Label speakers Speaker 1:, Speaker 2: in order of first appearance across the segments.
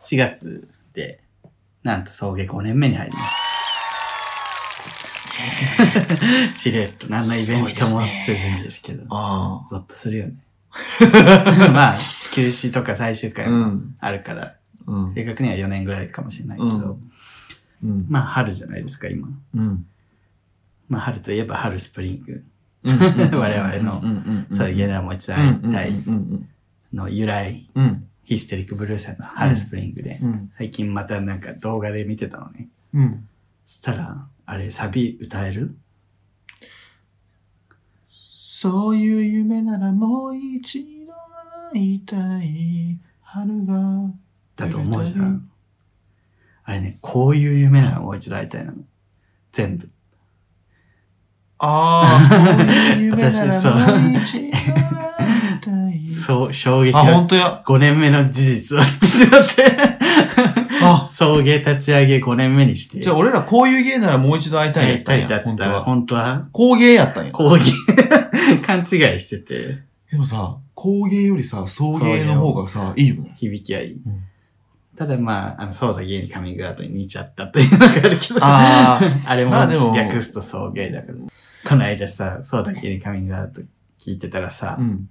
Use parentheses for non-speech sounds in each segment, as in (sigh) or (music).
Speaker 1: 4月で、なんと送迎5年目に入ります
Speaker 2: ごいですね。
Speaker 1: す。しれっと何のイベントもせずにですけど、
Speaker 2: あ
Speaker 1: ゾッとするよね。まあ、休止とか最終
Speaker 2: あ。
Speaker 1: 回
Speaker 2: う
Speaker 1: も
Speaker 2: ん。
Speaker 1: あるから、
Speaker 2: うん。
Speaker 1: 正確には4年ぐらいかもしれないけど、
Speaker 2: うんうん。
Speaker 1: まあ春じゃないですか、今。
Speaker 2: うん。
Speaker 1: まあ春といえば春スプリング。
Speaker 2: 我
Speaker 1: 々のそういうゲラもう一度会いたい
Speaker 2: うん。
Speaker 1: の由来、
Speaker 2: うん。
Speaker 1: ヒステリックブルーさんの春スプリングで、
Speaker 2: うん。
Speaker 1: 最近またなんか動画で見てたのね。
Speaker 2: うん。
Speaker 1: そしたら、あれサビ歌える
Speaker 2: そういう夢ならもう一度会いたい春が。
Speaker 1: だと思うじゃん。あれね、こういう夢ならもう一度会いたいなの。全部。
Speaker 2: ああ、こういう夢なら
Speaker 1: 私そう
Speaker 2: もう一度会いたい。
Speaker 1: そう、衝撃
Speaker 2: あ、ほ
Speaker 1: の
Speaker 2: んとや。
Speaker 1: 5年目の事実を知ってしまって。
Speaker 2: あ、
Speaker 1: (laughs) 送迎立ち上げ5年目にして。
Speaker 2: じゃあ俺らこういう芸ならもう一度会いたいや
Speaker 1: 会
Speaker 2: っ
Speaker 1: い
Speaker 2: た
Speaker 1: た
Speaker 2: ん
Speaker 1: いだ
Speaker 2: や。ほ
Speaker 1: っ
Speaker 2: んと
Speaker 1: たら、
Speaker 2: は。
Speaker 1: 本当は、
Speaker 2: 工芸やったんや。
Speaker 1: 講義、 (laughs) 勘違いしてて、
Speaker 2: でもさ、工芸よりさ、送迎の方がさ、いいよね。
Speaker 1: 響きはいい。
Speaker 2: うん
Speaker 1: ただまあ、あの、そうだ、芸にカミングアウトに似ちゃったっていうのがあるけど。
Speaker 2: あ
Speaker 1: (laughs) あれも
Speaker 2: まあでも
Speaker 1: 略すと送迎だから。この間さ、そうだけにカミングアウト聞いてたらさ、
Speaker 2: うん。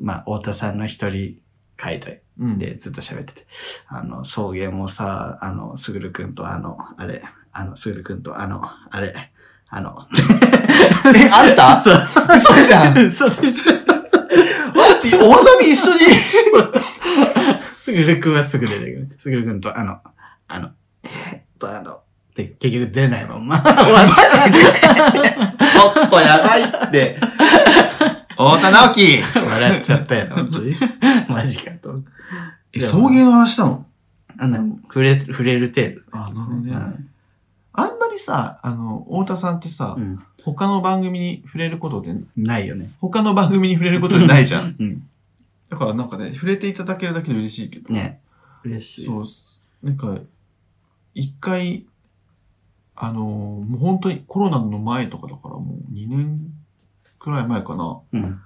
Speaker 1: まあ、太田さんの一人会で
Speaker 2: うん。
Speaker 1: でずっと喋ってて、あの、送迎もさ、あの、すぐるくんとあの、あれ、あの、すぐるくんとあの、あれ、あの、
Speaker 2: え、あん
Speaker 1: (laughs)
Speaker 2: た
Speaker 1: そう、
Speaker 2: 嘘じゃん待
Speaker 1: (laughs) そうでしょ。
Speaker 2: って、お花見一緒に。
Speaker 1: すぐるくんはすぐ出てくる。すぐるくんとあの、あの、えーっとあの、で、結局出ないまんま。終わっ
Speaker 2: マジでちょっとやばいって。太田直樹
Speaker 1: 笑っちゃったよな、本当に。マジかと。
Speaker 2: え、 (laughs) 送迎の話したの
Speaker 1: あの、触れ、触れる程度。
Speaker 2: あ、なるほ
Speaker 1: うん
Speaker 2: あんまりさ、あの、太田さんってさ、
Speaker 1: うん
Speaker 2: 他の番組に触れることで、
Speaker 1: ないよね。
Speaker 2: 他の番組に触れることでないじゃん。
Speaker 1: うん。
Speaker 2: だからなんかね、触れていただけるだけで嬉しいけど。
Speaker 1: ね。嬉しい。
Speaker 2: そうっす、なんか、一回、あのーもう本当にコロナの前とかだからもう2年くらい前かな、
Speaker 1: うん。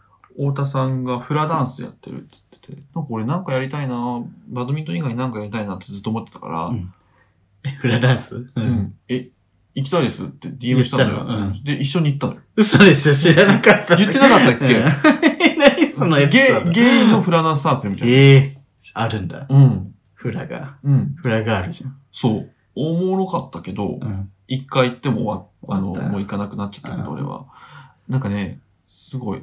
Speaker 2: 太田さんがフラダンスやってるって言ってて、なんか俺なんかやりたいな、バドミントン以外なんかやりたいなってずっと思ってたから、
Speaker 1: うんえフラダンスう
Speaker 2: うん。え、行きたいですって DM したのよ。
Speaker 1: 言ったのうん
Speaker 2: で、一緒に行ったのよ。
Speaker 1: 嘘でしょ知らなかった。
Speaker 2: 言ってなかったっけ
Speaker 1: け (laughs) 何そのエピソード
Speaker 2: ゲゲイのフラダンスサークルみたいな。
Speaker 1: ええあるんだ。
Speaker 2: うん。
Speaker 1: フラが。
Speaker 2: うん。
Speaker 1: フラがあるじゃん。
Speaker 2: そう。おもろかったけど、
Speaker 1: うん。
Speaker 2: 一回行っても終わあの、
Speaker 1: 終わった
Speaker 2: もう行かなくなっちゃったけど、
Speaker 1: うん
Speaker 2: 俺は。なんかね、すごい、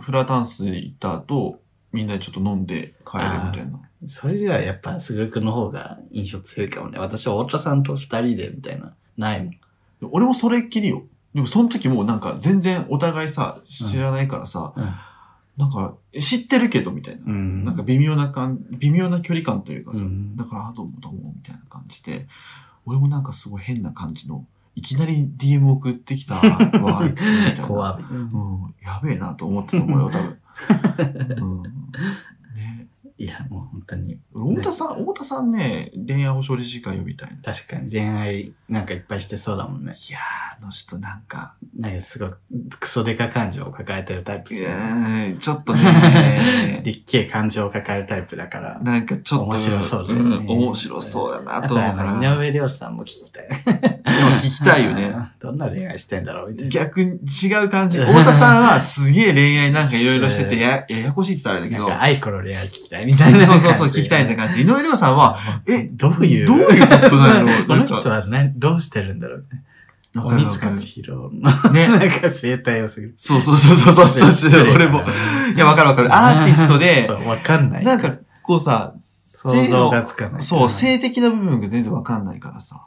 Speaker 2: フラダンス行った後、みんなでちょっと飲んで帰るみたいな。
Speaker 1: それではやっぱ、すぐるくんの方が印象強いかもね。私は太田さんと二人でみたいな、ないもん。
Speaker 2: 俺もそれっきりよ。でもその時もうなんか全然お互いさ、知らないからさ、
Speaker 1: うん
Speaker 2: なんか知ってるけどみたいな。
Speaker 1: うん
Speaker 2: なんか微妙な感、微妙な距離感というかさ、
Speaker 1: うん
Speaker 2: だからあどうもどうもみたいな感じで、俺もなんかすごい変な感じの、いきなり DM 送ってきたわ、あいつみたい
Speaker 1: (laughs)
Speaker 2: な。
Speaker 1: 怖い。
Speaker 2: うん、やべえなと思ってたと思うよ、多分。うん。ね。
Speaker 1: いや、もう本当に、
Speaker 2: 太田さん、太田さんね、恋愛保障理事会呼びたいな。
Speaker 1: 確かに恋愛なんかいっぱいしてそうだもんね。
Speaker 2: いやー、あの人なんか、
Speaker 1: なんかすごい、クソデカ感情を抱えてるタイプ
Speaker 2: う
Speaker 1: じゃん。
Speaker 2: ーんちょっとね、
Speaker 1: (laughs) でっけえ感情を抱えるタイプだから。
Speaker 2: なんかちょっと、
Speaker 1: 面白そうだよね
Speaker 2: ん面白そうやな
Speaker 1: あ
Speaker 2: と
Speaker 1: と
Speaker 2: 思
Speaker 1: は
Speaker 2: う
Speaker 1: (laughs)
Speaker 2: から。
Speaker 1: 井
Speaker 2: でも
Speaker 1: 上涼さんも聞きたい。
Speaker 2: 聞きたいよね。。
Speaker 1: (laughs) どんな恋愛してんだろうみたいな。
Speaker 2: 逆に違う感じ。太田さんはすげえ恋愛なんかいろいろして
Speaker 1: (laughs)
Speaker 2: てや、ややこしいって言ったらあれだけ
Speaker 1: なん
Speaker 2: ど
Speaker 1: か、愛子の恋愛聞きたいみたいな。
Speaker 2: そうそうそう、聞きたい
Speaker 1: (laughs)
Speaker 2: って感じで。井上涼さんは、え、
Speaker 1: どういう
Speaker 2: どういうこ
Speaker 1: (laughs)
Speaker 2: となの
Speaker 1: こ
Speaker 2: な
Speaker 1: の
Speaker 2: ん
Speaker 1: 人
Speaker 2: か
Speaker 1: はね、どうしてるんだろうね。
Speaker 2: わかる
Speaker 1: 鬼
Speaker 2: わか
Speaker 1: 塚
Speaker 2: る
Speaker 1: 千尋 (laughs) の、な
Speaker 2: ね。
Speaker 1: んか生態をする。
Speaker 2: そうそうそうそうそうそう、
Speaker 1: (laughs)
Speaker 2: 俺も。いや、わかるわかる。アーティストで
Speaker 1: そ、う、わかんない。
Speaker 2: なんか、こうさ、
Speaker 1: 想像がつかない。
Speaker 2: そう、性的な部分が全然わかんないからさ。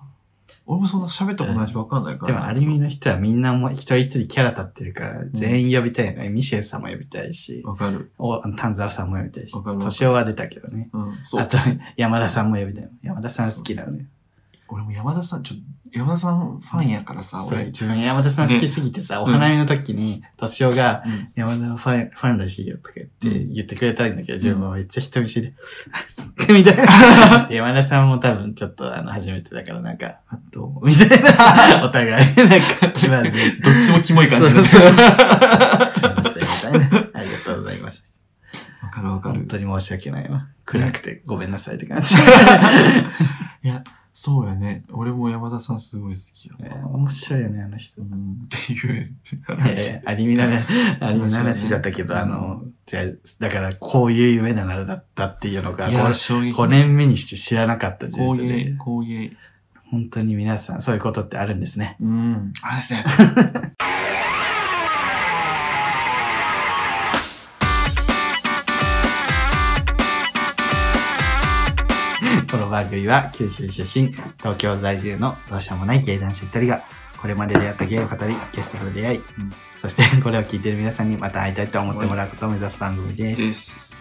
Speaker 2: 俺もそんな喋ったことないしわかんないか
Speaker 1: で
Speaker 2: ら。
Speaker 1: も、アルミの人はみんなもう一人一人キャラ立ってるから、全員呼びたいのね。ミシェルさんも呼びたいし、
Speaker 2: わかる。
Speaker 1: お丹沢さんも呼びたいし、
Speaker 2: わかるわかる
Speaker 1: 敏夫は出たけどね。
Speaker 2: うん、そ
Speaker 1: あ
Speaker 2: う
Speaker 1: と。、山田さんも呼びたいの。山田さん好きなのね。
Speaker 2: 俺も山田さん、ちょ、山田さんファンやからさ、
Speaker 1: そう
Speaker 2: 俺。
Speaker 1: 自分山田さん好きすぎてさ、お花見の時に、敏夫が、
Speaker 2: うん
Speaker 1: 山田ファン、ファンらしいよとか言って、
Speaker 2: うん
Speaker 1: 言ってくれたんだけど、
Speaker 2: ん
Speaker 1: 自分はめっちゃ人見知りで、みたいな。で山田さんも多分ちょっとあの、初めてだからなんか、あどうも、みたいな。お互い、なんか気まずい。
Speaker 2: どっちもキモい感じ
Speaker 1: そ
Speaker 2: で
Speaker 1: うそうそうすいませんみたいな。ありがとうございます。
Speaker 2: わかるわか
Speaker 1: 本
Speaker 2: る。
Speaker 1: 当に申し訳ないわ。暗くてごめんなさいって感じ。
Speaker 2: そうやね。俺も山田さんすごい好きや
Speaker 1: えー
Speaker 2: わ。
Speaker 1: 面白いよね、あの人
Speaker 2: う。ん、っていう話。
Speaker 1: えー、アニメなね、アニメの話だったけど、
Speaker 2: 面
Speaker 1: あ
Speaker 2: 白いね
Speaker 1: の、じゃあだからこういう夢なのだったっていうのが、
Speaker 2: い
Speaker 1: こ
Speaker 2: や、
Speaker 1: う
Speaker 2: 衝撃。
Speaker 1: 5年目にして知らなかった事
Speaker 2: 光
Speaker 1: 実で
Speaker 2: 栄、、光栄。
Speaker 1: 本当に皆さんそういうことってあるんですね。
Speaker 2: うん。あれですね。
Speaker 1: この番組は九州出身、東京在住のどうしようもない芸男子一人が、これまで出会った芸を語り、ゲストと出会い、
Speaker 2: ん
Speaker 1: そしてこれを聞いてる皆さんにまた会いたいと思ってもらうことを目指す番組です。 (laughs)
Speaker 2: です。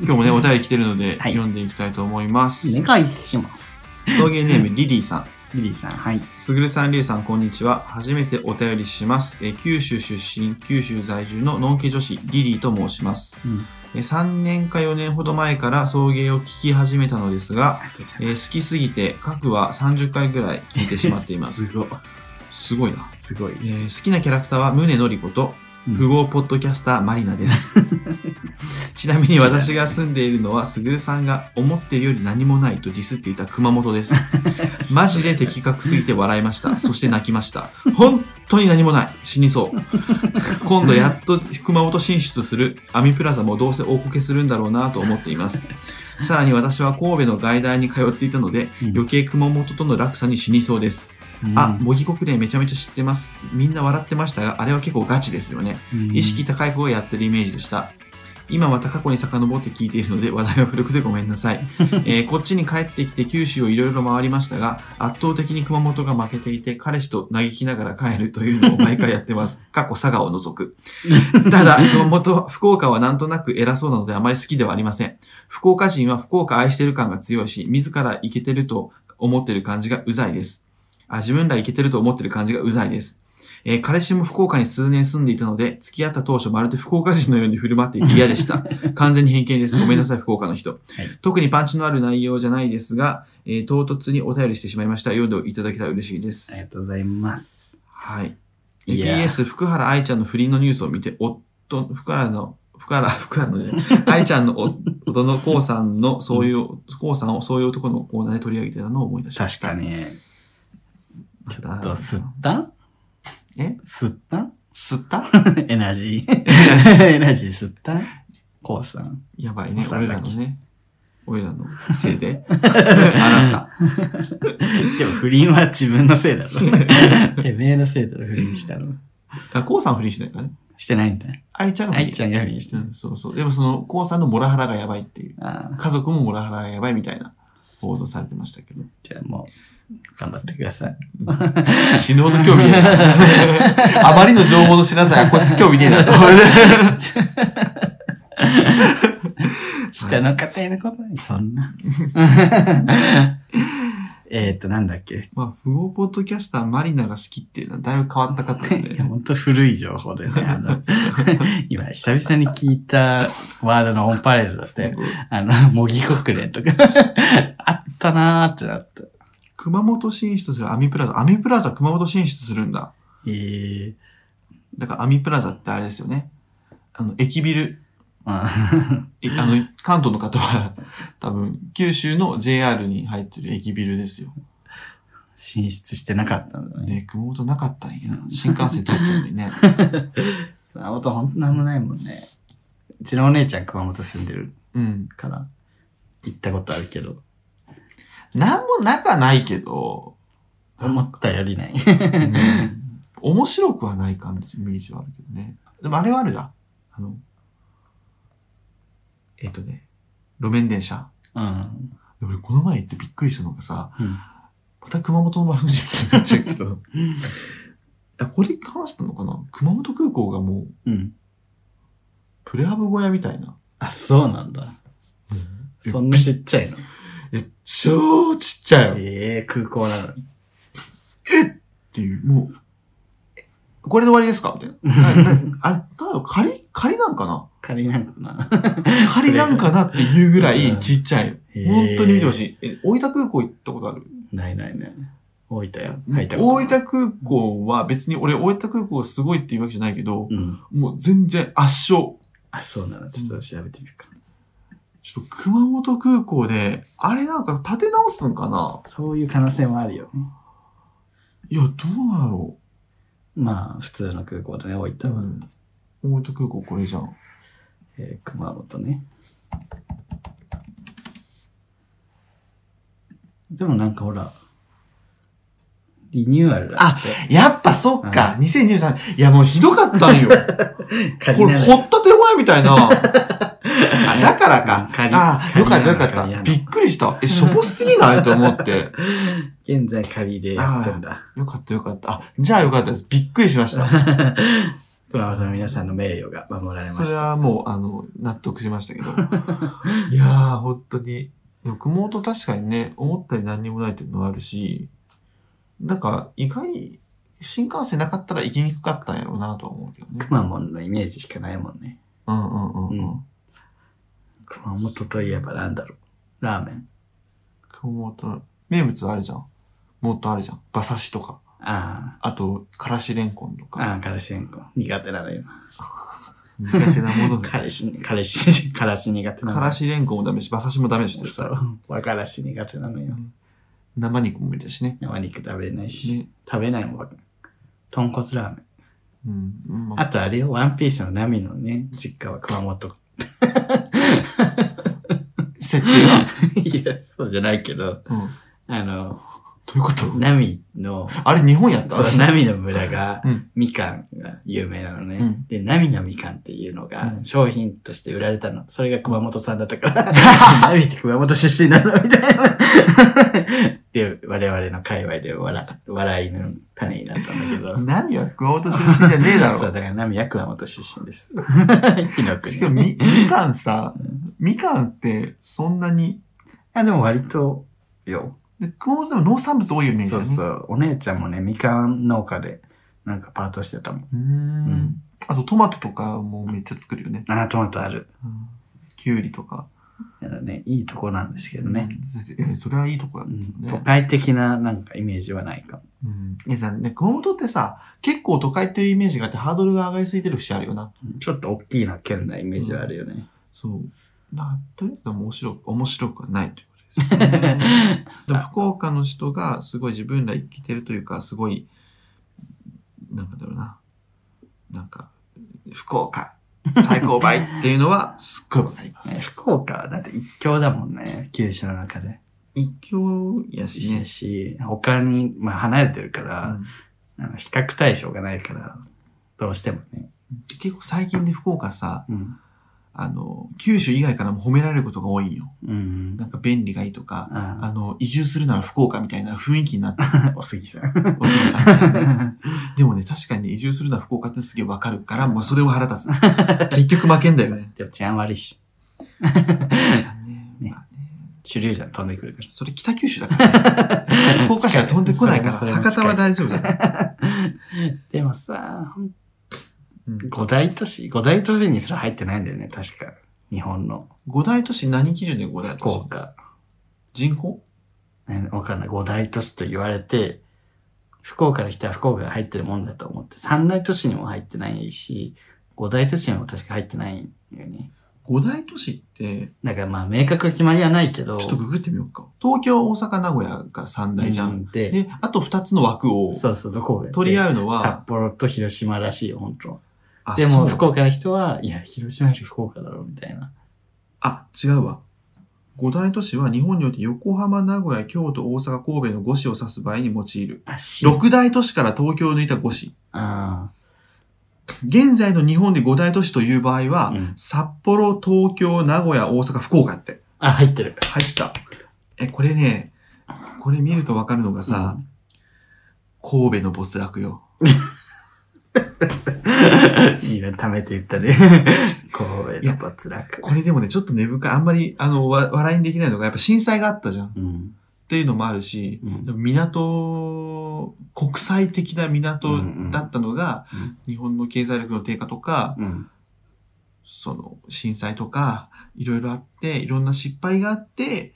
Speaker 2: 今日もね、お便り来てるので、
Speaker 1: はい
Speaker 2: 読んでいきたいと思います。
Speaker 1: お願いします。
Speaker 2: 送迎ネーム、リリーさん。
Speaker 1: リリーさん、はい。
Speaker 2: すぐるさん、りゅうさん、こんにちは。初めてお便りします。えー九州出身、九州在住ののんけ女子、リリーと申します。
Speaker 1: うん
Speaker 2: えー3年か4年ほど前から送迎を聞き始めたのですが、
Speaker 1: ありがとうござい
Speaker 2: え
Speaker 1: ま
Speaker 2: ー好きすぎて、各は30回ぐらい聞いてしまっています。
Speaker 1: すごい。
Speaker 2: (laughs) すごいな。
Speaker 1: すごい
Speaker 2: え。ー好きなキャラクターは、宗のりこと、富豪ポッドキャスター、マリナです。 (laughs) ちなみに私が住んでいるのは、すぐるさんが思っているより何もないとディスっていた熊本 (laughs) です。マジで的確すぎて笑いました。そして泣きました。本当に何もない。死にそう。今度やっと熊本進出するアミプラザもどうせ大こけするんだろうなと思っています。さらに私は神戸の外大に通っていたので、
Speaker 1: うん
Speaker 2: 余計熊本との落差に死にそうです。あ、模擬国連めちゃめちゃ知ってます。みんな笑ってましたが、あれは結構ガチですよね。
Speaker 1: うん
Speaker 2: 意識高い方がやってるイメージでした。今また過去に遡って聞いているので話題は古くてごめんな
Speaker 1: (laughs)
Speaker 2: さい。えーこっちに帰ってきて九州をいろいろ回りましたが、圧倒的に熊本が負けていて、彼氏と嘆きながら帰るというのを毎回やって
Speaker 1: (laughs)
Speaker 2: ます。過去佐賀を除く。ただ、熊本、福岡はなんとなく偉そうなのであまり好きではありません。福岡人は福岡愛してる感が強いし、自らイケてると思ってる感じがうざいです。あ、自分らイケてると思ってる感じがうざいです。えー彼氏も福岡に数年住んでいたので、付き合った当初まるで福岡人のように振る舞っていて嫌
Speaker 1: (laughs)
Speaker 2: でした。完全に偏見です。ごめんなさい、福岡の人。特にパンチのある内容じゃないですが、えー唐突にお便りしてしまいました。読んでいただけたら嬉しいで
Speaker 1: ありが
Speaker 2: す。
Speaker 1: とうございます。
Speaker 2: はい。
Speaker 1: いや
Speaker 2: PS 福原愛ちゃんの不倫のニュースを見て、夫、福原の、福原、福原
Speaker 1: (laughs)
Speaker 2: のね、愛ちゃんの (laughs) 夫のこうさんの、そういう、こうさんをそういう男のコーナーで取り上げてたのを思い出しまし
Speaker 1: 確
Speaker 2: た。
Speaker 1: かに。ちょっと、吸った
Speaker 2: え
Speaker 1: 吸った
Speaker 2: 吸った
Speaker 1: (laughs) エナジー。エナジー吸ったこうさん。
Speaker 2: やば
Speaker 1: (laughs)
Speaker 2: いね、
Speaker 1: コウさん
Speaker 2: 俺
Speaker 1: だ
Speaker 2: ら
Speaker 1: っ
Speaker 2: の
Speaker 1: け
Speaker 2: ね。
Speaker 1: (laughs)
Speaker 2: 俺らのせいで。あ
Speaker 1: でも不倫は自分のせいだろ。 (laughs) てめえのせいだろ、不倫したの。
Speaker 2: なた。あこうさんは不倫してないからね。
Speaker 1: してないんだ。
Speaker 2: 愛ちゃんが不倫
Speaker 1: 愛ちゃんが不倫して
Speaker 2: う
Speaker 1: る。
Speaker 2: ん、そうそう。でもその、こうさんのモラハラがやばいっていう。
Speaker 1: ああ、
Speaker 2: 家族もモラハラがやばいみたいな報道されてましたけど。
Speaker 1: じゃあもう、頑張ってください。
Speaker 2: 死ぬほど興味ねえな。あ (laughs) まりの情報の知らさや、こいつ興味ねえなと (laughs) 思って。
Speaker 1: 人の家庭のことに、そんな。 (laughs) えっと、なんだっけ。
Speaker 2: まあ、不合ポッドキャスターマリナが好きっていうのはだいぶ変わった方なんで
Speaker 1: い (laughs) や、。本当古い情報だよね。あ (laughs) の今、久々に聞いたワードのオンパレードだったよ。あの、模擬国連と (laughs) か、あったなーってなった。
Speaker 2: 熊本進出するアミプラザ。アミプラザ熊本進出するんだ。
Speaker 1: えー、
Speaker 2: だからアミプラザってあれですよね。あの、駅ビル。
Speaker 1: まあ、 (laughs)
Speaker 2: えあの、関東の方は (laughs) 多分、九州の JR に入ってる駅ビルですよ。
Speaker 1: 進出してなかったんだね。
Speaker 2: ね、熊本なかったんや。新幹線通ってるのにね。 (laughs)
Speaker 1: 熊本ほんとなんもないもんね。うちのお姉ちゃん熊本住んでる
Speaker 2: うん。
Speaker 1: から、行ったことあるけど、
Speaker 2: なんもなかないけど、
Speaker 1: 思ったより
Speaker 2: (laughs)
Speaker 1: ない。
Speaker 2: うん面白くはない感じ、イメージはあるけどね。でもあれはあるだ。あの、えっ、とね、路面電車。
Speaker 1: うん。
Speaker 2: で俺この前行ってびっくりしたのがさ、
Speaker 1: うん
Speaker 2: また熊本の悪口みたいになっちゃう
Speaker 1: (laughs)
Speaker 2: けど。あこれ話したのかな熊本空港がもう
Speaker 1: うん。
Speaker 2: プレハブ小屋みたいな。
Speaker 1: あ、そうなんだ。そんなちっちゃいの。
Speaker 2: え、超ちっちゃいよっ
Speaker 1: ええ空港なのに。
Speaker 2: ていう、もう、えこれで終わりですか
Speaker 1: (laughs)
Speaker 2: みたいな。ななあれ、なんだろう、仮、仮なんかな
Speaker 1: 仮なのかな。
Speaker 2: 仮なんかなっていうぐらいちっちゃい。
Speaker 1: へー
Speaker 2: (laughs) 本当に見てほしい。え、大分空港行ったことある
Speaker 1: ないないない。大分よ。入ったことな
Speaker 2: 大
Speaker 1: い
Speaker 2: 分空港は別に俺大分空港がすごいっていうわけじゃないけど、
Speaker 1: うん。
Speaker 2: もう全然圧勝。
Speaker 1: あ、そうなの。ちょっと調べてみるか。
Speaker 2: ちょっと熊本空港で、あれなんか立て直すのかな
Speaker 1: そういう可能性もあるよね。
Speaker 2: いや、どうなんやろ
Speaker 1: まあ、普通の空港だね、大
Speaker 2: う。
Speaker 1: 分
Speaker 2: う
Speaker 1: は。
Speaker 2: ん。大分空港これじゃん。
Speaker 1: えー熊本ね。でもなんかほら、リニューアルだって。
Speaker 2: やっぱそっか、2023。いや、もうひどかった (laughs) んよ。これ、
Speaker 1: ほ
Speaker 2: 掘った手前みたい (laughs) な。あだからか。
Speaker 1: 仮
Speaker 2: ああ、よかったよかっ
Speaker 1: 仮な
Speaker 2: た。
Speaker 1: の
Speaker 2: びっくりした。え、しょぼすぎないと思 (laughs) って。
Speaker 1: 現在仮でやってんだ。
Speaker 2: よかったよかった。あ、じゃあよかったです。びっくりしました。
Speaker 1: (laughs) 熊本の皆さんの名誉が守られ
Speaker 2: そ
Speaker 1: ま
Speaker 2: れ
Speaker 1: した。
Speaker 2: はもう、あの、納得しました
Speaker 1: (laughs)
Speaker 2: けど。いやー、本当に。でも熊本確かにね、思ったより何にもないっていうのはあるし、なんか、意外に新幹線なかったら行きにくかったんやろうなとは思うけどね。
Speaker 1: 熊本のイメージしかないもんね。
Speaker 2: うんうんうんうん。
Speaker 1: うん熊本といえばなんだろう。ラーメン。
Speaker 2: 熊本、名物あれじゃん。もっとあれじゃん。馬刺しとか。
Speaker 1: あ
Speaker 2: あと、からしれんこんと
Speaker 1: あ、あ
Speaker 2: か。
Speaker 1: あ、からしれんこん。苦手なのよ。
Speaker 2: 苦手なもの
Speaker 1: (laughs)
Speaker 2: が。
Speaker 1: 彼氏、彼氏、からし (laughs) 苦手なの。
Speaker 2: からしれんこんもダメだし、馬刺しもダメだし
Speaker 1: そ
Speaker 2: さ。
Speaker 1: う。わからし苦手なのよ。
Speaker 2: 生肉も無理だしね。
Speaker 1: 生肉食べれないし、
Speaker 2: ね。
Speaker 1: 食べないもんばっか。豚骨ラーメン。
Speaker 2: うん。うんま
Speaker 1: あとあれよ、ワンピースのナミのね、実家は熊本。
Speaker 2: 設定は。
Speaker 1: (laughs) いや、そうじゃないけど、 (laughs)
Speaker 2: うん。ど
Speaker 1: あの、
Speaker 2: ういうこと
Speaker 1: ナミの、
Speaker 2: あれ、日本やった
Speaker 1: そう、ナミの村が
Speaker 2: うん、
Speaker 1: みかんが有名なのね。
Speaker 2: うん
Speaker 1: で、ナミのみかんっていうのが
Speaker 2: う、ん
Speaker 1: 商品として売られたの。それが熊本産だったから、 (laughs) ナミって熊本出身な (laughs) のみたいな。で、我々の界隈で笑笑いの種になったんだけど。
Speaker 2: 何は熊本出身じゃねえだ
Speaker 1: そう、
Speaker 2: ろ。
Speaker 1: だからナミは熊本出身 (laughs) です。火の
Speaker 2: しか
Speaker 1: 国。
Speaker 2: も、み、みかんさ、みかんって、そんなに、
Speaker 1: あ、でも割と、よ。
Speaker 2: で熊本でも農産物多いよね。
Speaker 1: そう
Speaker 2: う。
Speaker 1: そう。お姉ちゃんもね、みかん農家で、なんかパートしてたもん。
Speaker 2: う
Speaker 1: う
Speaker 2: ー
Speaker 1: んん。
Speaker 2: あと、トマトとかもめっちゃ作るよね。
Speaker 1: あートマトある。
Speaker 2: うんきゅうりとか。
Speaker 1: だからね、いいとこなんですけどね。
Speaker 2: うん。そえそれはいいとこだ
Speaker 1: う
Speaker 2: ね。
Speaker 1: ん都会的ななんかイメージはないかも。
Speaker 2: うん。いやさ、ね、熊本ってさ、結構都会っていうイメージがあってハードルが上がりすぎてる節あるよな。
Speaker 1: ちょっと大きな県なイメージはあるよね。
Speaker 2: そう。なとりあえず面白く、面白くはないということですよね。でも福岡の人がすごい自分ら生きてるというか、すごい、なんかだろうな。なんか、福岡、最高倍っていうのはすっごいわかりま
Speaker 1: ね
Speaker 2: す。
Speaker 1: 福岡はだって一強だもんね、九州の中で。
Speaker 2: 一強やしね
Speaker 1: だ。し、他に、まあ離れてるか
Speaker 2: う
Speaker 1: ら、
Speaker 2: ん
Speaker 1: あの比較対象がないから、どうしてもね。
Speaker 2: 結構最近で福岡さ、
Speaker 1: うん。
Speaker 2: あの、九州以外からも褒められることが多いんよ。
Speaker 1: うん。
Speaker 2: なんか便利がいいとか、あ
Speaker 1: あ
Speaker 2: の、移住するなら福岡みたいな雰囲気になって、
Speaker 1: あ、おすぎさん。 (laughs)
Speaker 2: おすぎさんみたいなね。でもね、確かに移住するなら福岡ってすげえわかるから、もうそれは腹立つ。結局負けんだよ (laughs) ね。
Speaker 1: でも治安悪いし、
Speaker 2: ねまあね
Speaker 1: 手榴弾飛んでくるから。
Speaker 2: それ北九州だから、 (laughs) ね。福岡市は飛んでこないから、
Speaker 1: それもそれも
Speaker 2: 博多は大丈夫だから。
Speaker 1: でもさ、ほん
Speaker 2: うん
Speaker 1: 五大都市五大都市にすら入ってないんだよね、確か。日本の
Speaker 2: 五大都市、何基準で五大
Speaker 1: 福
Speaker 2: 都市
Speaker 1: 岡。
Speaker 2: 人口
Speaker 1: ねわかんない。五大都市と言われて、福岡の人は福岡が入ってるもんだと思って、三大都市にも入ってないし、五大都市にも確か入ってないんだよね。
Speaker 2: 五大都市って、
Speaker 1: だからまあ明確な決まりはないけど、
Speaker 2: ちょっとググってみようか。東京、大阪、名古屋が三大じゃ。
Speaker 1: うんんで、
Speaker 2: で、あと二つの枠を
Speaker 1: そうそう、どこが
Speaker 2: 取り
Speaker 1: え
Speaker 2: 合うのは、
Speaker 1: 札幌と広島らしいよ、本当は
Speaker 2: あ
Speaker 1: でも、福
Speaker 2: そう
Speaker 1: 岡の人は、いや、広島より福岡だろ、みたいな。
Speaker 2: あ、違うわ。五大都市は日本において横浜、名古屋、京都、大阪、神戸の5市を指す場合に用いる。
Speaker 1: あ、し
Speaker 2: 六大都市から東京を抜いた5市。
Speaker 1: あ
Speaker 2: 現在の日本で五大都市という場合は、
Speaker 1: うん
Speaker 2: 札幌、東京、名古屋、大阪、福岡って
Speaker 1: あ。あ、入ってる。
Speaker 2: 入った。え、これね、これ見るとわかるのがさ、神戸の没落よ。
Speaker 1: (laughs) いいね、貯めて言った (laughs) ね。神戸の没落。
Speaker 2: これでもね、ちょっと根深い。あんまり、あの、わ笑いにできないのが、やっぱ震災があったじゃん。っ
Speaker 1: うん。
Speaker 2: ていうのもあるし、
Speaker 1: うん
Speaker 2: でも港、国際的な港だったのが、
Speaker 1: うんうん
Speaker 2: 日本の経済力の低下とか、
Speaker 1: うん。
Speaker 2: その震災とかいろいろあっていろんな失敗があって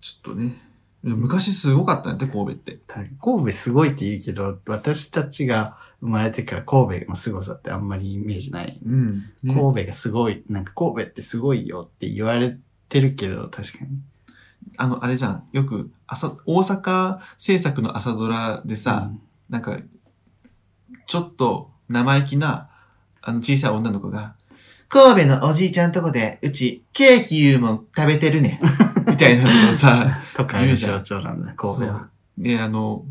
Speaker 2: ちょっとね昔すごかったんだって、神戸って。
Speaker 1: 神戸すごいって言うけど、私たちが生まれてから神戸の凄さってあんまりイメージない。
Speaker 2: うん。ね
Speaker 1: 神戸がすごい、なんか神戸ってすごいよって言われてるけど、確かに。
Speaker 2: あの、あれじゃん。よく、朝、大阪制作の朝ドラでさ、なんか、ちょっと生意気な、あの、小さい女の子が、神戸のおじいちゃんとこで、うち、ケーキ言うもん食べてるね。
Speaker 1: (laughs)
Speaker 2: みたいなのをさ、
Speaker 1: とかの象徴なんだ、 (laughs) 神戸
Speaker 2: そ
Speaker 1: は。
Speaker 2: うね、あの、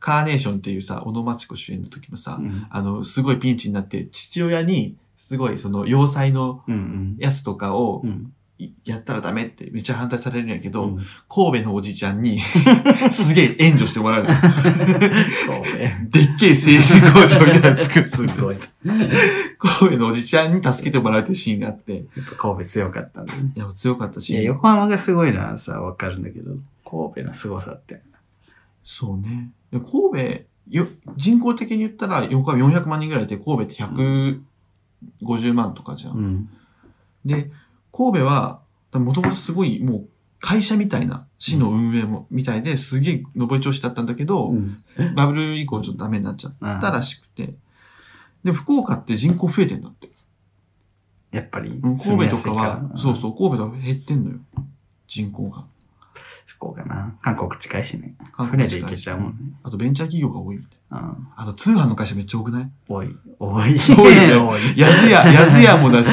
Speaker 2: カーネーションっていうさ、小野町子主演の時もさ、
Speaker 1: うん
Speaker 2: あの、すごいピンチになって、父親に、すごい、その、要塞の
Speaker 1: うん
Speaker 2: やつとかを
Speaker 1: うん。うん
Speaker 2: い、やったらダメって、めっちゃ反対されるんやけど、
Speaker 1: うん
Speaker 2: 神戸のおじちゃ
Speaker 1: (laughs)
Speaker 2: んに、すげえ援助してもらうの。
Speaker 1: 神
Speaker 2: でっけえ
Speaker 1: (laughs)
Speaker 2: 製紙工場みたいなの
Speaker 1: 戸。
Speaker 2: 作
Speaker 1: (laughs) す
Speaker 2: る。
Speaker 1: ごい。や
Speaker 2: 神戸のおじちゃんに助けてもらうってシーンがあって、い
Speaker 1: っぱ神戸強かったんだね。
Speaker 2: や、強かった
Speaker 1: いや、
Speaker 2: し、
Speaker 1: 横浜がすごいのはさ、わかるんだけど、神戸の凄さって。
Speaker 2: そうね。で神戸、よ、人口的に言ったら、横浜400万人ぐらいで、神戸って150万とかじゃん。
Speaker 1: ん。
Speaker 2: で、神戸は、もともとすごい、もう、会社みたいな、市の運営も、みたいで、すげえ上り調子だったんだけど、
Speaker 1: うん。
Speaker 2: バブル以降ちょっとダメになっちゃっ
Speaker 1: あ
Speaker 2: たらしくて。で、福岡って人口増えてんだって。
Speaker 1: やっぱり
Speaker 2: うん、、神戸とかは、そう
Speaker 1: う。
Speaker 2: そう、神戸とか減ってんのよ。人口が。
Speaker 1: 福岡な。韓国近いしね。
Speaker 2: 韓
Speaker 1: 船で
Speaker 2: 国近いし
Speaker 1: 行けちゃうもんね。
Speaker 2: あとベンチャー企業が多いみたい。
Speaker 1: うん。
Speaker 2: あと通販の会社めっちゃ多くない
Speaker 1: 多い。多い。
Speaker 2: 多いね
Speaker 1: 多い。
Speaker 2: やずや、やずやもだし、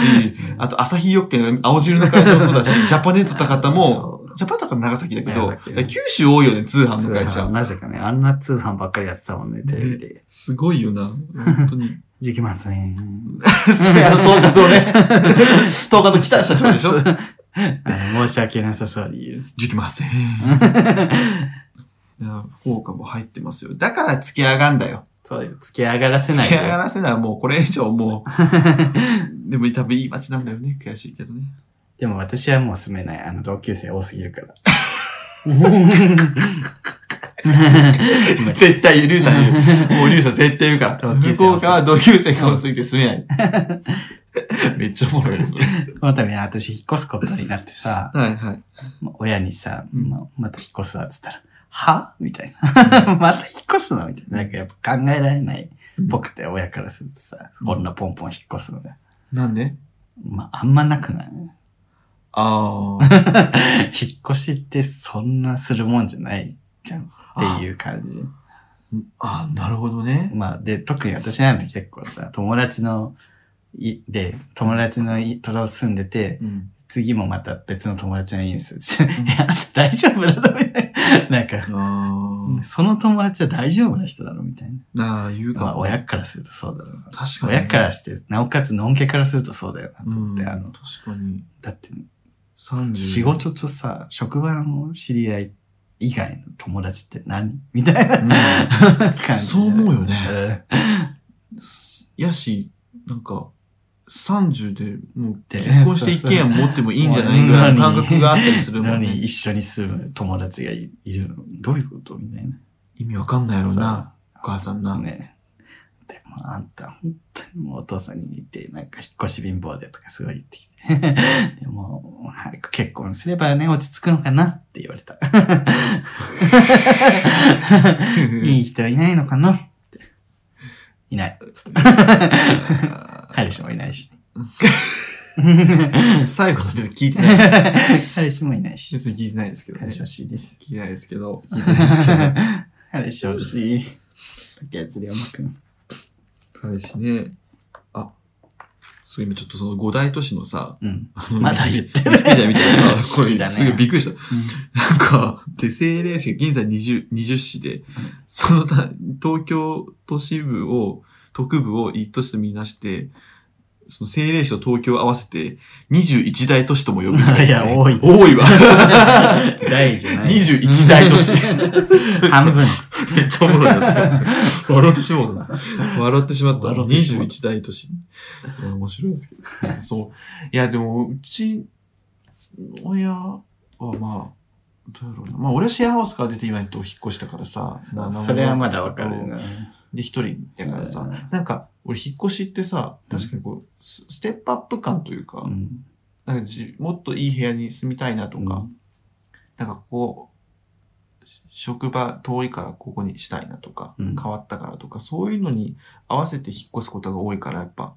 Speaker 2: あと朝日よっけの青汁の会社もそうだし、ジャパネット高田も、
Speaker 1: そう、
Speaker 2: ジャパネット高田長崎だけど、
Speaker 1: 長崎ね
Speaker 2: 九州多いよね、通販
Speaker 1: 通
Speaker 2: の会
Speaker 1: 販
Speaker 2: 社。
Speaker 1: なぜかね、あんな通販ばっかりやってたもんね、テレビで。
Speaker 2: すごいよな、本当に。
Speaker 1: できますね。
Speaker 2: (laughs) それあの東華堂ね。東華堂来た社長でしょ
Speaker 1: そうあの申し訳なさそうに言う。
Speaker 2: できま (laughs) せん。いや福岡も入ってますよ。だから突き上がんだよ。
Speaker 1: そうよ、付き上がらせ
Speaker 2: 突
Speaker 1: ない
Speaker 2: き
Speaker 1: で。
Speaker 2: 上がらせないもうこれ以上も (laughs) う。でも多分いい街なんだよね。悔しいけどね。
Speaker 1: でも私はもう住めない。あの、同級生多すぎるから。
Speaker 2: (laughs) 絶対リュウさんに (laughs) 言う。もうリュウさん絶対言うから。
Speaker 1: 同級生
Speaker 2: 福岡は同級生が多すぎて住めない。 (laughs) めっちゃおもろいです。は
Speaker 1: この度ね、私引っ越すことになってさ、
Speaker 2: いはい。
Speaker 1: ま親にさ、
Speaker 2: うん
Speaker 1: ままた引っ越すわっつったら、はみたいな。 (laughs) また引っ越すのみたいな。なんかやっぱ考えられない僕って親からするとさ、
Speaker 2: うん
Speaker 1: こんなポンポン引っ越すのが。
Speaker 2: なんで
Speaker 1: まあ、あんまなくない
Speaker 2: ああ。
Speaker 1: 引っ越しってそんなするもんじゃないじゃんっていう感じ。
Speaker 2: あなるほどね。
Speaker 1: まあ、で、特に私なんて結構さ、友達のい、で、友達のいとこ住んでて、
Speaker 2: うん。
Speaker 1: 次もまた別の友達の家に住んでて、 (laughs) いや、あんた大丈夫なのみたいな。なんか、
Speaker 2: あ
Speaker 1: その友達は大丈夫な人だろみたいな。
Speaker 2: あ。なあ、言うか
Speaker 1: まあ、
Speaker 2: も。
Speaker 1: 親からするとそうだろうな。
Speaker 2: 確かに。
Speaker 1: 親からして、なおかつ、のんけからするとそうだよなと
Speaker 2: う
Speaker 1: 思
Speaker 2: ん。
Speaker 1: って、あ
Speaker 2: 確
Speaker 1: の、
Speaker 2: かに。
Speaker 1: だって、
Speaker 2: 30
Speaker 1: 仕事とさ、職場の知り合い以外の友達って何みたいな (laughs) 感じ。
Speaker 2: そう思うよね
Speaker 1: ん。
Speaker 2: やし、なんか、30でもう
Speaker 1: で
Speaker 2: 結婚して一軒家持ってもいいんじゃない
Speaker 1: もう
Speaker 2: ぐらいの感覚があったりするもん
Speaker 1: なのに
Speaker 2: ね。
Speaker 1: 一緒に住む友達がいいるの。どういうことみたいな。
Speaker 2: 意味わかんないやろな、
Speaker 1: さ
Speaker 2: お母さんな。
Speaker 1: ね。でもあんた、本当にもうお父さんに言って、なんか引っ越し貧乏でとかすごい言ってきて。 (laughs) でも、早く結婚すればね、落ち着くのかなって言われ
Speaker 2: (laughs)
Speaker 1: た。
Speaker 2: (laughs)
Speaker 1: いい人いないのかなって。いない。彼氏もいない
Speaker 2: (laughs)
Speaker 1: し。
Speaker 2: 最後の別に聞い
Speaker 1: (laughs)
Speaker 2: てない。
Speaker 1: 彼氏もいないし。
Speaker 2: 別に聞いてないですけどね。
Speaker 1: 彼氏
Speaker 2: 聞
Speaker 1: 欲しいです。
Speaker 2: いてないですけど。聞いてないです
Speaker 1: (laughs)
Speaker 2: けど。
Speaker 1: 彼氏欲しい。竹内涼真くん。
Speaker 2: 彼氏ね。あ、そう今ちょっとその五大都市のさ、
Speaker 1: うん。
Speaker 2: あの
Speaker 1: まだ言って
Speaker 2: ウ
Speaker 1: る
Speaker 2: ィキペディアみたいな
Speaker 1: (laughs)
Speaker 2: さ、こ
Speaker 1: 好き
Speaker 2: れ
Speaker 1: だね
Speaker 2: すごいびっくりした。なんか、手製霊視が現在 20, 20市で、その他、東京都市部を、特部を一都市とみなして、その政令市と東京を合わせて21大都市とも呼ぶ。
Speaker 1: (laughs) いや多い
Speaker 2: 多いわ。
Speaker 1: 大じゃない。
Speaker 2: 21大都市。
Speaker 1: 半分。
Speaker 2: めっちゃおもろいな。笑ってしまった。笑ってしまった。
Speaker 1: 笑ってしまった
Speaker 2: 21大都市。いや面白いですけど。そう。いや、でも、うち、親はまあ、どうやろうな。まあ、俺はシェアハウスから出て今と引っ越したからさ。ま
Speaker 1: (laughs)
Speaker 2: あ
Speaker 1: それはまだわかる。な。
Speaker 2: で、一人だから
Speaker 1: う
Speaker 2: さ
Speaker 1: ん。
Speaker 2: なんか、俺引っ越しってさ、確かにこう、スステップアップ感というか、
Speaker 1: うん
Speaker 2: なんかじもっといい部屋に住みたいなとか、
Speaker 1: うん
Speaker 2: なんかこう、職場遠いからここにしたいなとか、
Speaker 1: うん
Speaker 2: 変わったからとか、そういうのに合わせて引っ越すことが多いから、やっぱ、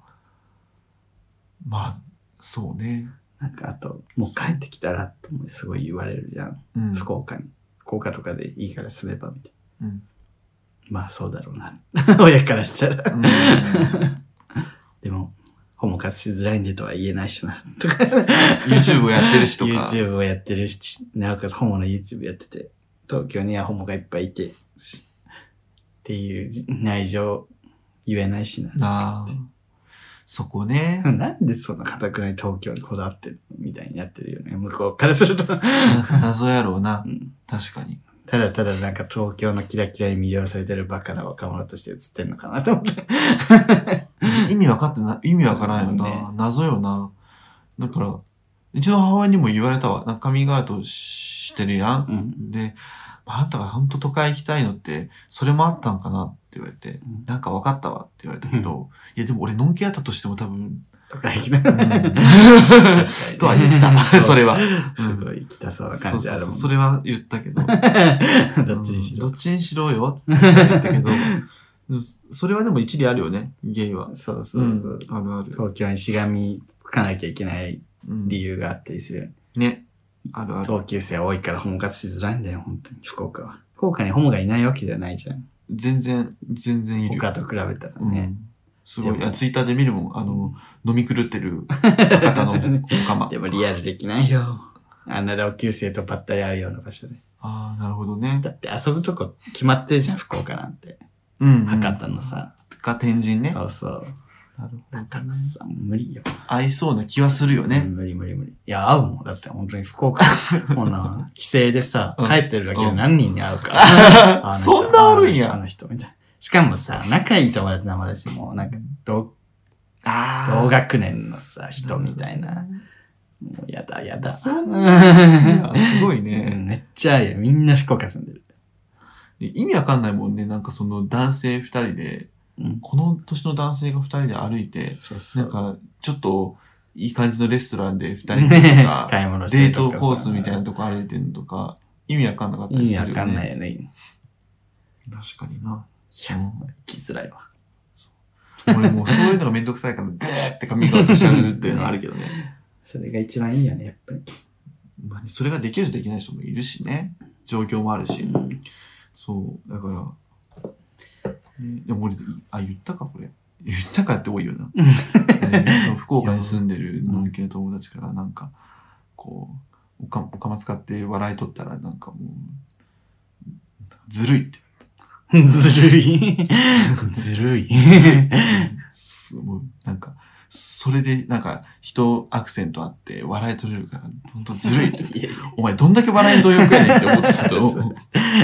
Speaker 2: まあ、そうね。
Speaker 1: なんかあと、もう帰ってきたらってすごい言われるじゃん。
Speaker 2: うん。
Speaker 1: 福岡に。福岡とかでいいから住めばみたい
Speaker 2: うん
Speaker 1: な。まあそうだろうな。 (laughs) 親からしたら。
Speaker 2: うん
Speaker 1: でも、ホモ活しづらいんでとは言えないしな。
Speaker 2: YouTube をやってるしと
Speaker 1: (laughs)
Speaker 2: か。
Speaker 1: YouTube をやってるし、なおかつホモの YouTube やってて、東京にはホモがいっぱいいて、しっていう内情言えないしな。
Speaker 2: なあ。そこね。
Speaker 1: なんでそんな堅くない東京にこだわってるみたいになってるよね。向こうからすると。 (laughs)
Speaker 2: 謎やろうな
Speaker 1: う。ん
Speaker 2: 確かに。
Speaker 1: ただただなんか東京のキラキラに魅了されてるバカな若者として映ってんのかなと思って。
Speaker 2: (laughs) 意味わかってな、意味わからんよな。
Speaker 1: ね
Speaker 2: 謎よな。だから、うちの母親にも言われたわ。なんかカミングアウトしてるやん。
Speaker 1: ん。
Speaker 2: で、あんたが本当都会行きたいのって、それもあったんかなって言われて、
Speaker 1: ん
Speaker 2: なんかわかったわって言われたけど、いやでも俺のんきやったとしても多分、
Speaker 1: とか行きな
Speaker 2: う
Speaker 1: が
Speaker 2: ん
Speaker 1: ら。
Speaker 2: とは言った。それは。。
Speaker 1: (laughs) すごい行きたそうな
Speaker 2: そ
Speaker 1: 感
Speaker 2: う
Speaker 1: じ
Speaker 2: そ
Speaker 1: あ
Speaker 2: う
Speaker 1: る
Speaker 2: そ
Speaker 1: も。
Speaker 2: うんそれは言ったけど。
Speaker 1: (laughs) どっちにしろ
Speaker 2: うん。どっちにしろよって言ったけ
Speaker 1: (laughs)
Speaker 2: ど、でもそれはでも一理あるよね、ゲイは。
Speaker 1: そうそうそう。
Speaker 2: あるある。
Speaker 1: 東京にしがみつかなきゃいけない
Speaker 2: うん
Speaker 1: 理由があったりするよね。
Speaker 2: ね。あるある。
Speaker 1: 同級生多いからホモ活しづらいんだよ、本当に。福岡は。福岡にホモがいないわけじゃないじゃん。
Speaker 2: 全然、全然いる。
Speaker 1: 他と比べたら
Speaker 2: うん
Speaker 1: ね。
Speaker 2: すごい。
Speaker 1: で
Speaker 2: い
Speaker 1: も
Speaker 2: や、ツイッターで見るもん。あの、飲み狂っ
Speaker 1: (laughs)
Speaker 2: てる方のおかま
Speaker 1: で。もリアルできないよ。あんな同級生とばったり会うような場所で。
Speaker 2: ああ、なるほどね。
Speaker 1: だって遊ぶとこ決まってるじゃん、福岡なんて。
Speaker 2: うんうん。
Speaker 1: 博多のさ。
Speaker 2: か天神ね。
Speaker 1: そうそう。
Speaker 2: なるほ
Speaker 1: だか
Speaker 2: ど
Speaker 1: ら
Speaker 2: ね。
Speaker 1: さ、無理よ。
Speaker 2: 合いそうな気はするよね。
Speaker 1: 無理無理無理。いや、会うもん。だって本当に福岡、
Speaker 2: (laughs)
Speaker 1: もうな、帰省でさ
Speaker 2: うん、
Speaker 1: 帰ってるだけで何人に会う
Speaker 2: (laughs)
Speaker 1: か。あの人
Speaker 2: そんなある
Speaker 1: あの
Speaker 2: んや。
Speaker 1: 人、あの人みたいな。しかもさ、仲いい友達なもんだし、もうなんか同、
Speaker 2: あ
Speaker 1: 同
Speaker 2: あ。
Speaker 1: 学年のさ、人みたいな。。もうやだやだ。
Speaker 2: そ
Speaker 1: (laughs)
Speaker 2: ん
Speaker 1: な
Speaker 2: すごいね。
Speaker 1: めっちゃあるよ。みんな福岡住んでる。
Speaker 2: で意味わかんないもんね。なんかその男性二人で、
Speaker 1: うん。
Speaker 2: この年の男性が二人で歩いて、
Speaker 1: そうそ
Speaker 2: なん
Speaker 1: う。
Speaker 2: かちょっといい感じのレストランで二人でと
Speaker 1: (laughs)
Speaker 2: か、
Speaker 1: 買い物して
Speaker 2: デ
Speaker 1: る
Speaker 2: ー
Speaker 1: と
Speaker 2: ト
Speaker 1: かさ
Speaker 2: コースみたいなとこ歩いてるのとか、意味わかんなかった
Speaker 1: 意
Speaker 2: りす
Speaker 1: 味
Speaker 2: るよ
Speaker 1: わ
Speaker 2: ね。
Speaker 1: かんないよね。い
Speaker 2: 確かにな。
Speaker 1: や、
Speaker 2: う
Speaker 1: 行
Speaker 2: ん
Speaker 1: きづらいわ。
Speaker 2: 俺もうそういうのがめんどくさいから、でーって髪型しちゃうっていうのはあるけどね。
Speaker 1: それが一番いいよね、やっぱり。
Speaker 2: まあねそれができる人できない人もいるしね。状況もあるし。そう、だから、ね、でも俺、いあ、言ったか、これ。言ったかって多い
Speaker 1: (laughs)
Speaker 2: よな。ねそう福岡に住んでるのんきの友達から、なんか、こう、おかおかま使って笑い取ったら、なんかもう、ずるいって。
Speaker 1: (laughs) ずる
Speaker 2: (laughs)
Speaker 1: い。ずるい。
Speaker 2: すもうなんか、それで、なんか、人アクセントあって、笑い取れるから、ほんとずる
Speaker 1: (laughs)
Speaker 2: いって。
Speaker 1: いやい
Speaker 2: お前、どんだけ笑いの貪欲やねんって思ってたと思う。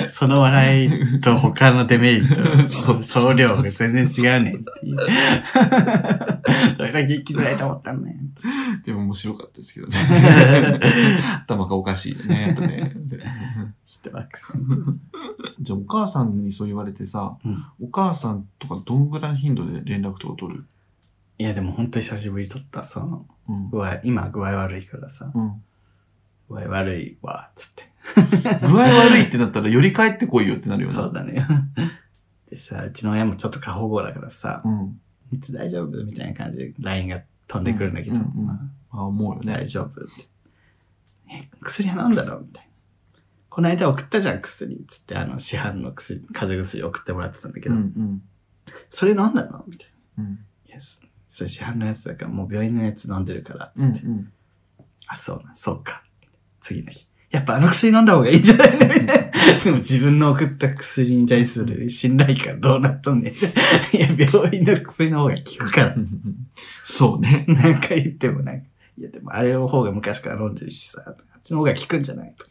Speaker 1: やその笑いと他のデメリッ (laughs)
Speaker 2: そう
Speaker 1: ト、総量が全然違うねんっていう。それだけ行きづらいと思ったんだよ。
Speaker 2: でも面白かったですけどね。
Speaker 1: (laughs)
Speaker 2: 頭がおかしいね、やっぱね。で
Speaker 1: 人アクセン
Speaker 2: じゃあお母さんにそう言われてさ、
Speaker 1: うん
Speaker 2: お母さんとかどんぐらいの頻度で連絡とか取る
Speaker 1: いや、でも本当に久しぶりに撮った。その、
Speaker 2: うん。
Speaker 1: 具合、今具合悪いからさ、
Speaker 2: うん、
Speaker 1: 具合悪いわ、つって。
Speaker 2: 具合悪いってなったら、より帰ってこいよってなるよな。
Speaker 1: そうだね。 (laughs) でさ、うちの親もちょっと過保護だからさ、
Speaker 2: うん。
Speaker 1: いつ大丈夫みたいな感じで LINE が飛んでくるんだけど、
Speaker 2: うんうんうん
Speaker 1: まあ
Speaker 2: あ思うよね
Speaker 1: 大。丈夫って。え、薬は飲んだろみたいな。この間送ったじゃん、薬。つって、あの、市販の薬、風邪薬送ってもらってたんだけ
Speaker 2: うん
Speaker 1: ど、
Speaker 2: うん。
Speaker 1: それ飲んだのみたい
Speaker 2: うん。
Speaker 1: な。いや、そそれ市販のやつだから、もう病院のやつ飲んでるから、
Speaker 2: う
Speaker 1: つ
Speaker 2: ん
Speaker 1: って。 (laughs) あ、そうな、そうか。次の日。やっぱあの薬飲んだ方がいいんじゃ
Speaker 2: (laughs)
Speaker 1: ないのみたいな。でも自分の送った薬に対する信頼感どうなっとん
Speaker 2: (laughs)
Speaker 1: ねん。いや、病院の薬の方が効くから
Speaker 2: う。ん。そうね。
Speaker 1: 何回言っても (laughs) なんか、いやでもあれの方が昔から飲んでるしさ、あっちの方が効くんじゃないとか。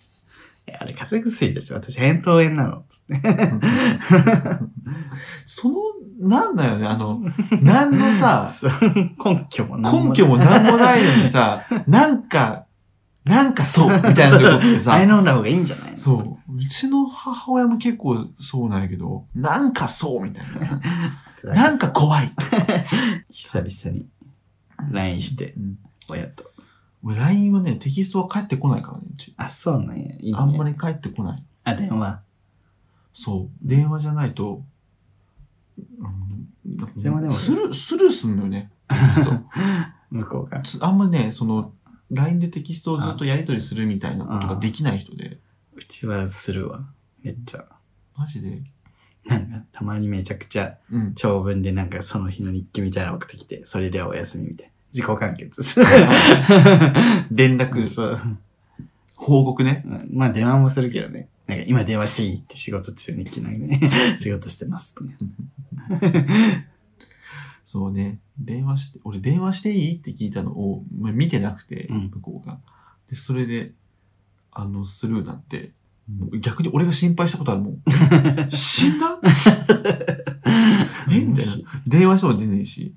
Speaker 1: いやあれ風邪薬だし、私扁桃炎なの。つって。
Speaker 2: その、なんだよね、あの、何のさ、
Speaker 1: そう (laughs) 根拠も何
Speaker 2: 根拠もなんもないのにさ、なんか、なんかそう、みたいなことって
Speaker 1: あれ
Speaker 2: さ、
Speaker 1: 飲んだ方がいいんじゃないの
Speaker 2: そう。うちの母親も結構そうなんやけど、なんかそう、みたいな。
Speaker 1: う
Speaker 2: なんか怖い。
Speaker 1: 久々に LINE して、
Speaker 2: うん
Speaker 1: 親と。
Speaker 2: 俺 LINE はね、テキストは返ってこないからね、うち。
Speaker 1: あ、そうなんや。いいね、
Speaker 2: あんまり返ってこない。
Speaker 1: あ、電話。
Speaker 2: そう。電話じゃないと、うんなんか
Speaker 1: 電話でも
Speaker 2: スルースルーすんのよね。テキスト
Speaker 1: 向こうが。
Speaker 2: つあんまね、その、LINE でテキストをずっとやり取りするみたいなことができない人で、
Speaker 1: うちはするわ。めっちゃ。
Speaker 2: マジで、
Speaker 1: なんか、たまにめちゃくちゃ (laughs)
Speaker 2: うん。
Speaker 1: 長文でなんかその日の日記みたいなの送ってきて、それではお休みみたいな。自己完結する。
Speaker 2: (laughs) 連
Speaker 1: うん
Speaker 2: 絡、
Speaker 1: そう。
Speaker 2: 報告ね。
Speaker 1: うんまあ電話もするけどね。なんか今電話していいって仕事中に来ないね。
Speaker 2: (laughs)
Speaker 1: 仕事してますとね。
Speaker 2: そうね、電話して、俺電話していいって聞いたのを、まあ、見てなくて、
Speaker 1: うん
Speaker 2: 向こうが。で、それで、あの、スルーなって、もう逆に俺が心配したことあるもん。
Speaker 1: (laughs)
Speaker 2: 死んだえみたいな。電話しても出ねえし、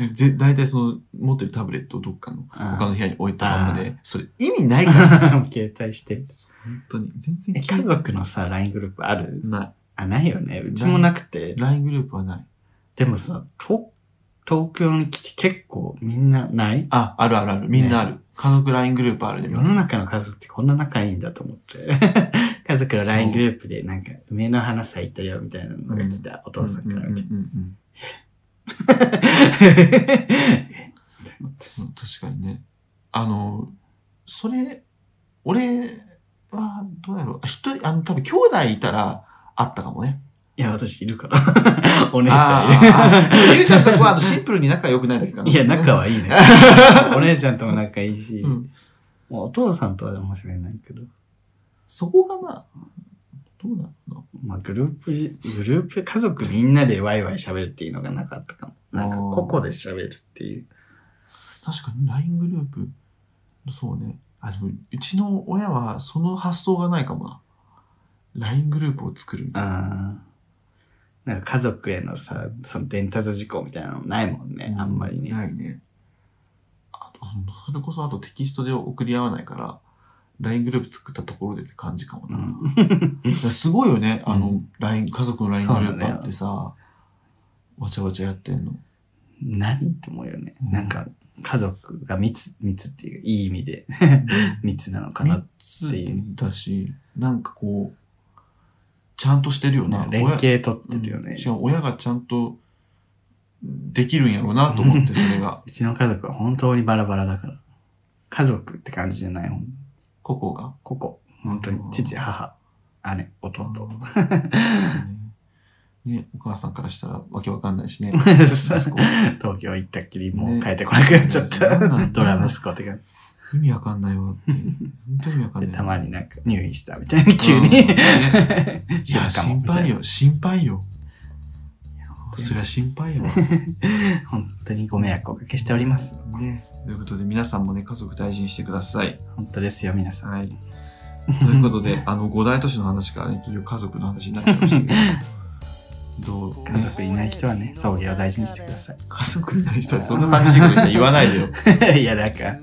Speaker 2: でぜ大体その持ってるタブレットをどっかの
Speaker 1: あー
Speaker 2: 他の部屋に置いたまま
Speaker 1: あ
Speaker 2: で、それ意味な
Speaker 1: (laughs)
Speaker 2: いから、
Speaker 1: 携帯してる。
Speaker 2: 本当に。全
Speaker 1: え
Speaker 2: 然
Speaker 1: 家族のさ、LINE グループある
Speaker 2: な
Speaker 1: あ、ないよね。うちもなくて
Speaker 2: い。。LINE グループはない。
Speaker 1: でもさ、と東京に来て結構みんなない
Speaker 2: あ、あるあるある。みんなある。家族 LINE グループあるで
Speaker 1: 世の中の家族ってこんな仲いいんだと思って。 (laughs) 家族の LINE グループでなんか梅の花咲いたよみたいなのが来た、お父さんから
Speaker 2: うん
Speaker 1: み
Speaker 2: うん
Speaker 1: た
Speaker 2: う
Speaker 1: い
Speaker 2: んうん
Speaker 1: な。
Speaker 2: うん確かにね。あの、それ、俺は、どうやろう。あ一人、あの、多分兄弟いたら、あったかもね。
Speaker 1: いや、私いるから。 (laughs) お姉ちゃんいる
Speaker 2: あーあーゆうちゃんとこは、あの、シンプルに仲良くないだけかな。
Speaker 1: いや、仲はいい
Speaker 2: (laughs)
Speaker 1: ね。お姉ちゃんとも仲いいし、
Speaker 2: うん。
Speaker 1: もうお父さんとは面白いないけど、
Speaker 2: そこがな、どうなの
Speaker 1: まあグループじ、グループ家族みんなでワイワイ喋るっていうのがなかったかも。なんか
Speaker 2: あー
Speaker 1: 個々で喋るっていう。
Speaker 2: 確かに LINE グループ、そうね。あ、でも、うちの親は、その発想がないかもな。LINE グループを作るみたいな。
Speaker 1: あーなんか家族へのさ、その伝達事項みたいなのないもんね、あんまりね。
Speaker 2: ないね。あと、そのそれこそあとテキストで送り合わないから、LINE グループ作ったところでって感じかも
Speaker 1: う
Speaker 2: な。
Speaker 1: ん、
Speaker 2: だからすごいよね、
Speaker 1: うん
Speaker 2: あの、LINE、家族の LINE グル
Speaker 1: そう
Speaker 2: ー
Speaker 1: だね
Speaker 2: プあってさ、わちゃわちゃやっ
Speaker 1: (laughs)
Speaker 2: てんの。
Speaker 1: 何って思うよね。
Speaker 2: うん
Speaker 1: なんか家族が密、密っていう、いい意味で密なのかな
Speaker 2: 3。つだし、なんかこう、ちゃんとしてるよな。
Speaker 1: 連
Speaker 2: 親
Speaker 1: 携取ってるよ
Speaker 2: う
Speaker 1: ね
Speaker 2: んし。かも親がちゃんとできるんやろうな
Speaker 1: (laughs)
Speaker 2: と思って、それが、
Speaker 1: うちの家族は本当にバラバラだから。家族って感じじゃない、ほん
Speaker 2: 個々が。
Speaker 1: ここ。本当に
Speaker 2: うん。
Speaker 1: 父、母、姉、弟。
Speaker 2: (laughs) ね、お母さんからしたらわけわかんない
Speaker 1: (laughs)
Speaker 2: しね。
Speaker 1: 東
Speaker 2: 息子
Speaker 1: 京行ったっきりもう帰ってこなくなっちゃった。
Speaker 2: ね
Speaker 1: ドラ息子って感
Speaker 2: 意味わかんないわって。本当に意味わかん
Speaker 1: じで。
Speaker 2: ない。
Speaker 1: たまになんか入院したみたいな、急 (laughs)
Speaker 2: うん
Speaker 1: に。
Speaker 2: ねい
Speaker 1: 知ら
Speaker 2: や、
Speaker 1: んかも
Speaker 2: 心
Speaker 1: みたい
Speaker 2: 配
Speaker 1: な
Speaker 2: よ、心配よ。
Speaker 1: 当に
Speaker 2: そりゃ心配よ。
Speaker 1: 本当にご迷惑をおかけしております。
Speaker 2: ね。ということで、皆さんもね、家族大事にしてください。
Speaker 1: 本当ですよ、皆さん。
Speaker 2: はい。というこ
Speaker 1: (laughs)
Speaker 2: とで、あの、五大都市の話からね、結局家族の話になっちゃいましたけ
Speaker 1: (laughs)
Speaker 2: ど、どう、
Speaker 1: 家
Speaker 2: ね、
Speaker 1: 族いない人はね、送迎を大事にしてくださ
Speaker 2: (laughs) 家族いない人はそんな寂しいこと言わない
Speaker 1: (laughs)
Speaker 2: でよ。
Speaker 1: い。いや、なんか、
Speaker 3: 家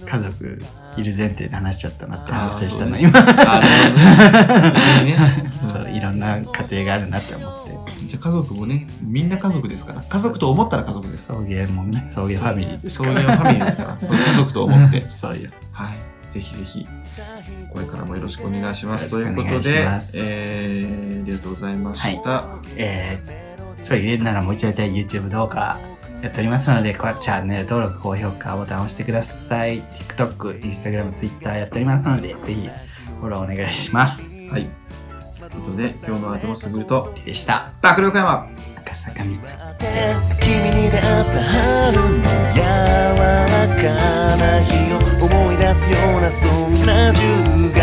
Speaker 1: 家
Speaker 3: 族
Speaker 1: 族いる前提で話しちゃったなって
Speaker 2: あー
Speaker 1: 反省した
Speaker 2: そう
Speaker 1: の、
Speaker 2: ね
Speaker 1: 今。 (laughs)
Speaker 2: あなるほどね。
Speaker 1: そ
Speaker 2: そう
Speaker 1: う、いろんな家庭があるなって思って。
Speaker 2: じゃあ家族もね、みんな家族ですから。家族と思ったら家族です。
Speaker 1: 送迎もね、送迎ファミリーです
Speaker 2: そ
Speaker 1: か
Speaker 2: ういう
Speaker 1: ら。
Speaker 2: ファミリーですから。
Speaker 1: (laughs)
Speaker 2: 家族と思って。
Speaker 1: そうよ。
Speaker 2: はい。ぜひぜひ、これからもよろしくお願いします。と
Speaker 1: よ
Speaker 2: い
Speaker 1: ろし
Speaker 2: う
Speaker 1: く
Speaker 2: こ
Speaker 1: お願
Speaker 2: と
Speaker 1: いし
Speaker 2: で
Speaker 1: ます、
Speaker 2: えー、ありがとうございました。
Speaker 1: えー、それ入れるならもう一度やりたい YouTube 動画やっておりますので、こチャンネル登録、高評価ボタンを押してください。TikTok、Instagram、Twitter やっておりますので、ぜひフォローお願いします。
Speaker 2: はい。ということで、今日の相手もすぐると、
Speaker 1: でした。
Speaker 2: 爆力山
Speaker 1: 赤坂みつ。
Speaker 3: 君に出会った春の柔らかな日を思い出すようなそんな10月